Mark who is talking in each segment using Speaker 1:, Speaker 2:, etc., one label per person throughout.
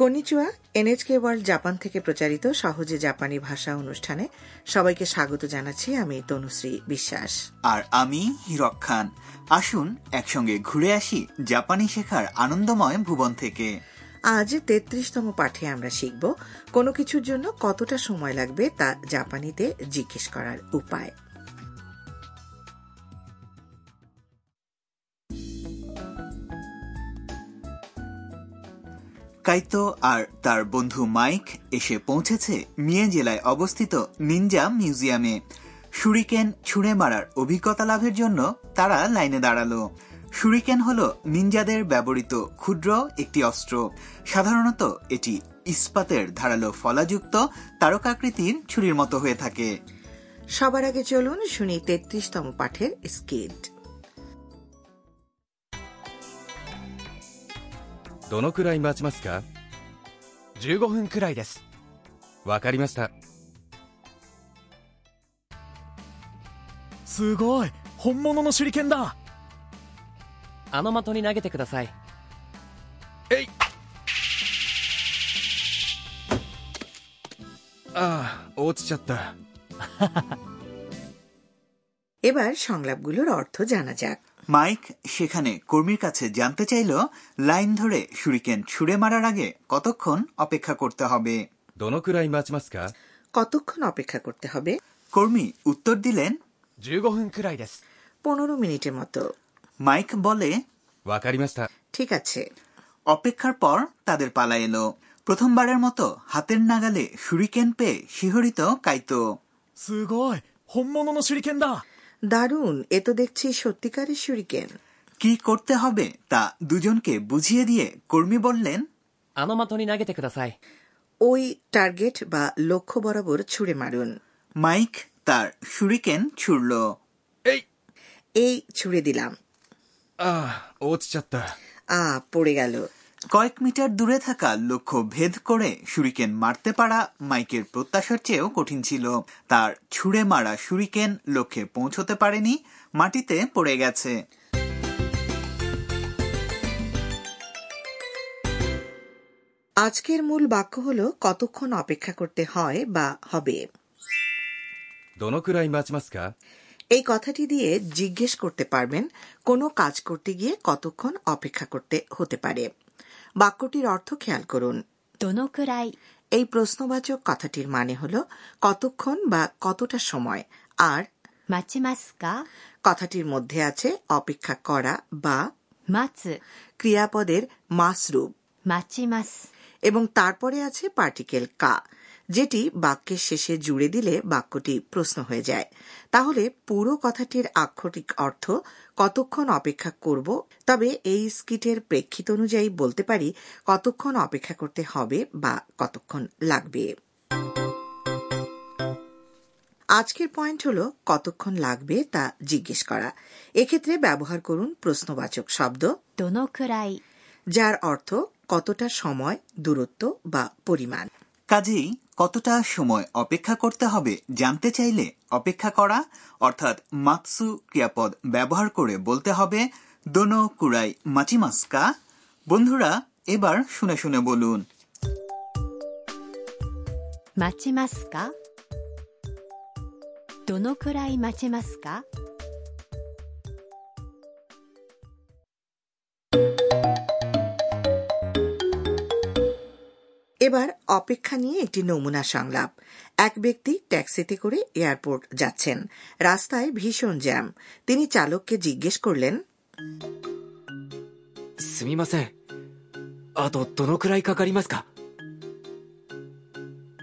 Speaker 1: konnichiwa NHK World Japan থেকে প্রচারিত সহজে জাপানি ভাষা অনুষ্ঠানে সবাইকে স্বাগত জানাচ্ছি আমি তনুশ্রী বিশ্বাস
Speaker 2: আর আমি হিরক খান আসুন একসঙ্গে ঘুরে আসি জাপানি শেখার আনন্দময় ভুবন থেকে
Speaker 1: আজ তেত্রিশতম পাঠে আমরা শিখব কোনো কিছুর জন্য কতটা সময় লাগবে তা জাপানিতে জিজ্ঞেস করার উপায়
Speaker 2: কাইতো আর তার বন্ধু মাইক এসে পৌঁছেছে মিয়ে জেলায় অবস্থিত নিনজা মিউজিয়ামে শুরিকেন ছুঁড়ে মারার অভিজ্ঞতা লাভের জন্য তারা লাইনে দাঁড়ালো শুরিকেন হলো নিনজাদের ব্যবহৃত ক্ষুদ্র একটি অস্ত্র সাধারণত এটি ইস্পাতের ধারালো ফলাযুক্ত তারকাকৃতির ছুরির মতো হয়ে থাকে
Speaker 1: সবার আগে চলুন শুনি তেত্রিশতম পাঠের স্কিড
Speaker 3: どのくらい待ちますか
Speaker 4: 15分くらいです
Speaker 3: わかりました
Speaker 4: すごい本物の手裏剣だ
Speaker 5: あの的に投げてください
Speaker 3: ああ落ちちゃった。
Speaker 1: এবার সংলাপগুলোর অর্থ জানা যাক
Speaker 2: মাইক সেখানে কর্মীর কাছে জানতে চাইল লাইন ধরে শুরিকেন ছুঁড়ে মারার আগে কতক্ষণ অপেক্ষা করতে হবে
Speaker 3: どのくらい待ちますか
Speaker 1: কতক্ষণ অপেক্ষা করতে হবে
Speaker 2: কর্মী উত্তর দিলেন
Speaker 4: 15分くらいです
Speaker 1: পনেরো মিনিটের মতো
Speaker 2: মাইক বলে
Speaker 3: わかりました。
Speaker 1: ঠিক আছে
Speaker 2: অপেক্ষার পর তাদের পালা এলো প্রথমবারের মতো হাতের নাগালে শুরিকেন পেয়ে শিহরিত কাইতো
Speaker 4: すごい本物の手裏剣だ
Speaker 1: দারুণ এ তো দেখছি সত্যিকারের সুরিকেন
Speaker 2: কি করতে হবে তা দুজনকে বুঝিয়ে দিয়ে কর্মী বললেন
Speaker 5: あの的に投げてください
Speaker 1: ওই টার্গেট বা লক্ষ্য বরাবর ছুড়ে মারুন
Speaker 2: মাইক তার শুরিকেন ছুড়ল
Speaker 3: えい
Speaker 1: এই ছুড়ে দিলাম
Speaker 3: ああ落ちちゃった。
Speaker 1: আ পড়ে গেল
Speaker 2: কয়েক মিটার দূরে থাকা লক্ষ্য ভেদ করে শুরিকেন মারতে পারা মাইকের প্রত্যাশার চেয়েও কঠিন ছিল তার ছুড়ে মারা শুরিকেন লক্ষ্যে পৌঁছতে পারেনি মাটিতে পড়ে গেছে
Speaker 1: আজকের মূল বাক্য হলো কতক্ষণ অপেক্ষা করতে হয় বা হবে
Speaker 3: どのくらい待ちますか
Speaker 1: এই কথাটি দিয়ে জিজ্ঞেস করতে পারবেন কোনো কাজ করতে গিয়ে কতক্ষণ অপেক্ষা করতে হতে পারে বাক্যটির অর্থ খেয়াল করুন
Speaker 6: どのくらい
Speaker 1: এই প্রশ্নবাচক কথাটির মানে হল কতক্ষণ বা কতটা সময় আর
Speaker 6: 待ちますか
Speaker 1: কথাটির মধ্যে আছে অপেক্ষা করা বা
Speaker 6: 待つ
Speaker 1: ক্রিয়াপদের মাসরূপ
Speaker 6: 待ちます
Speaker 1: এবং তারপরে আছে পার্টিকেল কা যেটি বাক্যের শেষে জুড়ে দিলে বাক্যটি প্রশ্ন হয়ে যায় তাহলে পুরো কথাটির আক্ষরিক অর্থ কতক্ষণ অপেক্ষা করব তবে এই স্কিটের প্রেক্ষিত অনুযায়ী বলতে পারি কতক্ষণ অপেক্ষা করতে হবে বা কতক্ষণ লাগবে আজকের পয়েন্ট হলো কতক্ষণ লাগবে তা জিজ্ঞেস করা এক্ষেত্রে ব্যবহার করুন প্রশ্নবাচক শব্দ
Speaker 6: どのくらい
Speaker 1: যার অর্থ কতটা সময় দূরত্ব বা পরিমাণ
Speaker 2: কাজেই কতটা সময় অপেক্ষা করতে হবে জানতে চাইলে অপেক্ষা করা অর্থাৎ মাতসু ক্রিয়াপদ ব্যবহার করে বলতে হবে দোনো কুড়াই মাচিমাস্কা বন্ধুরা এবার শুনে শুনে বলুন
Speaker 6: 待ちますかどのくらい待ちますか
Speaker 1: এবার অপেক্ষা নিয়ে একটি নমুনা সংলাপ এক ব্যক্তি ট্যাক্সিতে করে এয়ারপোর্ট যাচ্ছেন রাস্তায় ভীষণ জ্যাম তিনি চালককে জিজ্ঞেস করলেন
Speaker 7: すみませんあとどのくらいかかりますか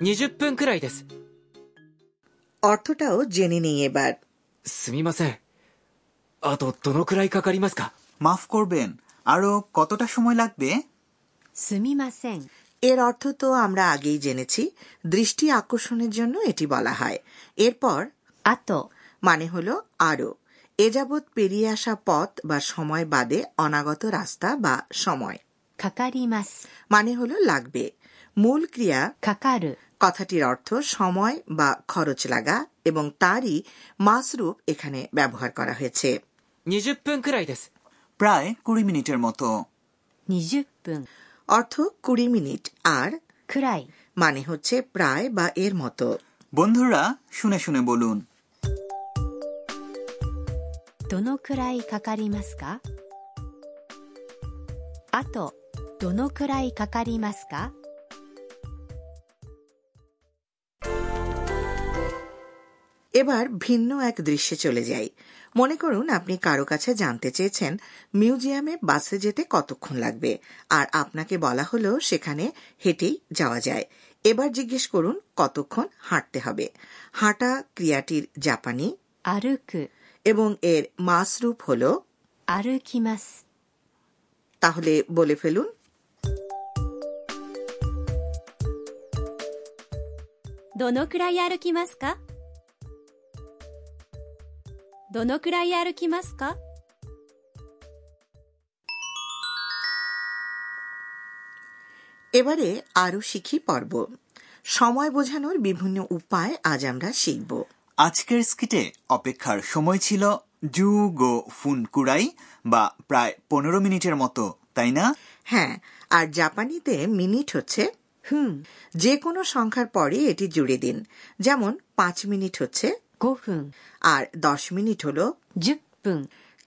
Speaker 7: 20分くらいです。
Speaker 1: অর্থটাও জেনে নেই এবার
Speaker 7: すみません。あとどのくらいかかりますか
Speaker 2: মাফ করবেন আরো কতটা সময় লাগবে
Speaker 6: すみません
Speaker 1: এর অর্থ তো আমরা আগেই জেনেছি দৃষ্টি আকর্ষণের জন্য এটি বলা হয় এরপর
Speaker 6: あと
Speaker 1: মানে হল আরও এ যাবৎ পেরিয়ে আসা পথ বা সময় বাদে অনাগত রাস্তা বা সময়
Speaker 6: かかります
Speaker 1: মানে হল লাগবে মূল ক্রিয়া
Speaker 6: かかる
Speaker 1: কথাটির অর্থ সময় বা খরচ লাগা এবং তারই মাসরূপ এখানে ব্যবহার করা হয়েছে
Speaker 7: 20分くらいです。
Speaker 2: প্রায় কুড়ি মিনিটের মতো
Speaker 6: 20分
Speaker 1: অর্থ কুড়ি মিনিট আর
Speaker 6: くらい
Speaker 1: মানে হচ্ছে প্রায় বা এর মতো
Speaker 2: বন্ধুরা শুনে শুনে বলুন
Speaker 6: どのくらいかかりますかあとどのくらいかかりますか
Speaker 1: এবার ভিন্ন এক দৃশ্যে চলে যাই মনে করুন আপনি কারো কাছে জানতে চেয়েছেন মিউজিয়ামে বাসে যেতে কতক্ষণ লাগবে আর আপনাকে বলা হলো সেখানে হেঁটেই যাওয়া যায় এবার জিজ্ঞেস করুন কতক্ষণ হাঁটতে হবে হাঁটা ক্রিয়াটির জাপানি
Speaker 6: 歩く
Speaker 1: এবং এর মাস রূপ হল
Speaker 6: 歩きます
Speaker 1: তাহলে বলে ফেলুন
Speaker 6: どのくらい歩きますかどのくらい歩きますか
Speaker 1: এবারে আরও শিখি পর্ব সময় বোঝানোর বিভিন্ন উপায় আজ আমরা শিখব
Speaker 2: আজকের স্কিটে অপেক্ষার সময় ছিল জু গো ফুন কুরাই বা প্রায় পনেরো মিনিটের মতো তাই না
Speaker 1: হ্যাঁ আর জাপানিতে মিনিট হচ্ছে
Speaker 6: ふん
Speaker 1: যে কোনো সংখ্যার পরে এটি জুড়ে দিন যেমন পাঁচ মিনিট হচ্ছে
Speaker 6: 5分
Speaker 1: আর দশ মিনিট হল
Speaker 6: 10分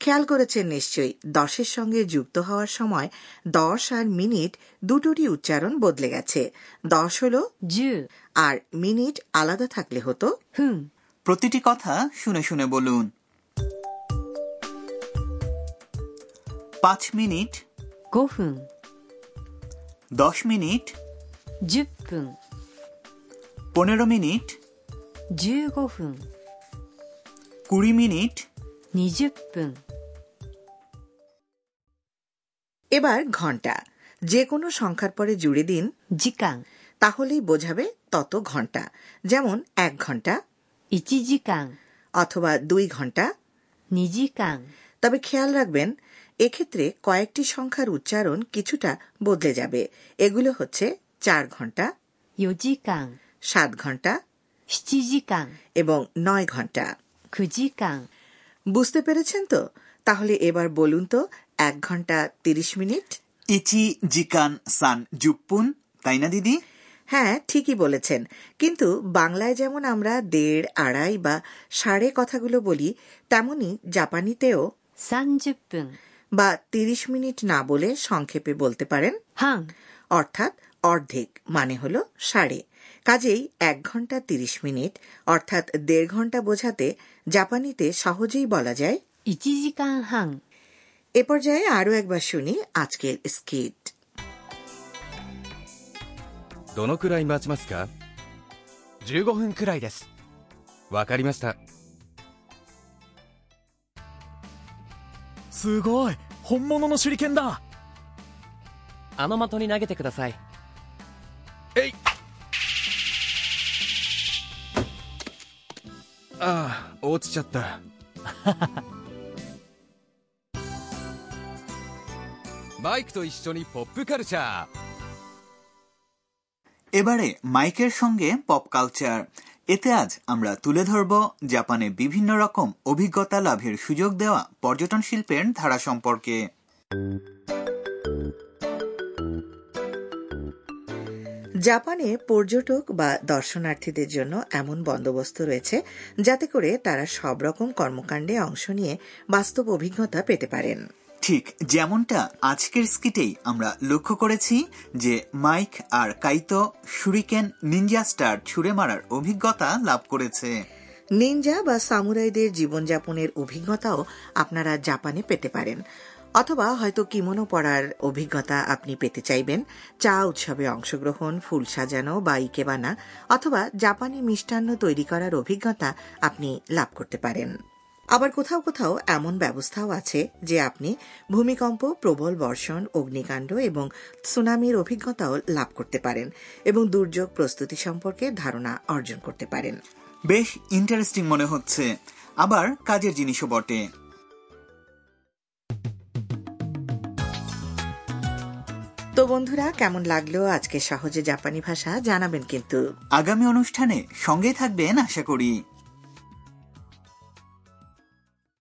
Speaker 1: খেয়াল করেছেন নিশ্চয়ই দশের সঙ্গে যুক্ত হওয়ার সময় দশ আর মিনিট দুটোরই উচ্চারণ বদলে গেছে দশ হল
Speaker 6: 10
Speaker 1: আর মিনিট আলাদা থাকলে হতো
Speaker 6: ふん
Speaker 2: প্রতিটি কথা শুনে শুনে বলুন পাঁচ মিনিট
Speaker 6: 5分
Speaker 2: দশ মিনিট
Speaker 6: 10分
Speaker 2: পনেরো মিনিট
Speaker 6: 15分
Speaker 2: কুড়ি মিনিট
Speaker 6: 20分
Speaker 1: এবার ঘন্টা যে কোনো সংখ্যার পরে জুড়ে দিন
Speaker 6: 時間
Speaker 1: তাহলেই বোঝাবে তত ঘন্টা যেমন এক ঘন্টা
Speaker 6: 1時間
Speaker 1: অথবা দুই ঘন্টা
Speaker 6: 2時間
Speaker 1: তবে খেয়াল রাখবেন এক্ষেত্রে কয়েকটি সংখ্যার উচ্চারণ কিছুটা বদলে যাবে এগুলো হচ্ছে চার ঘন্টা
Speaker 6: 4時間
Speaker 1: সাত ঘন্টা
Speaker 6: 7時間
Speaker 1: এবং নয় ঘন্টা
Speaker 6: 9時間
Speaker 1: বুঝতে পেরেছেন তো তাহলে এবার বলুন তো এক ঘন্টা তিরিশ মিনিট
Speaker 2: ইচি জিকান সান জুপ্পুন তাই না দিদি
Speaker 1: হ্যাঁ ঠিকই বলেছেন কিন্তু বাংলায় যেমন আমরা দেড় আড়াই বা সাড়ে কথাগুলো বলি তেমনি জাপানিতেও
Speaker 6: 30分
Speaker 1: বা তিরিশ মিনিট না বলে সংক্ষেপে বলতে পারেন
Speaker 6: 半
Speaker 1: অর্থাৎ অর্ধেক মানে হল সাড়ে কাজেই এক ঘন্টা তিরিশ মিনিট অর্থাৎ দেড় ঘন্টা বোঝাতে জাপানিতে সহজেই বলা যায়
Speaker 6: 1時間半
Speaker 1: এ পর্যায়ে আরও একবার শুনি আজকের স্কিট
Speaker 3: どのくらい待ちますか
Speaker 4: 15分くらいです
Speaker 3: わかりました
Speaker 4: すごい本物の手裏剣だ
Speaker 5: あの的に投げてください
Speaker 3: ああ落ちち ゃったマイクと一緒にポップカルチャー
Speaker 2: এবারে মাইকের সঙ্গে পপ কালচার এতে আজ আমরা তুলে ধরব জাপানে বিভিন্ন রকম অভিজ্ঞতা লাভের সুযোগ দেওয়া পর্যটন শিল্পের ধারা সম্পর্কে
Speaker 1: জাপানে পর্যটক বা দর্শনার্থীদের জন্য এমন বন্দোবস্ত রয়েছে যাতে করে তারা সব রকম কর্মকাণ্ডে অংশ নিয়ে বাস্তব অভিজ্ঞতা পেতে পারেন
Speaker 2: ঠিক যেমনটা আজকের স্কিটেই আমরা লক্ষ্য করেছি যে মাইক আর কাইতো শুরিকেন নিনজা স্টার ছুড়ে মারার অভিজ্ঞতা লাভ করেছে
Speaker 1: নিনজা বা সামুরাইদের জীবনযাপনের অভিজ্ঞতাও আপনারা জাপানে পেতে পারেন অথবা হয়তো কিমোনো পড়ার অভিজ্ঞতা আপনি পেতে চাইবেন চা উৎসবে অংশগ্রহণ ফুল সাজানো বা ইকেবানা অথবা জাপানি মিষ্টান্ন তৈরি করার অভিজ্ঞতা আপনি লাভ করতে পারেন আবার কোথাও কোথাও এমন ব্যবস্থাও আছে যে আপনি ভূমিকম্প প্রবল বর্ষণ অগ্নিকাণ্ড এবং সুনামির অভিজ্ঞতাও লাভ করতে পারেন এবং দুর্যোগ প্রস্তুতি সম্পর্কে ধারণা অর্জন করতে পারেন
Speaker 2: বেশ ইন্টারেস্টিং মনে হচ্ছে আবার কাজের জিনিসও বটে
Speaker 1: তো বন্ধুরা কেমন লাগলো আজকে সহজে জাপানি ভাষা জানাবেন কিন্তু
Speaker 2: আগামী অনুষ্ঠানে সঙ্গে থাকবেন আশা করি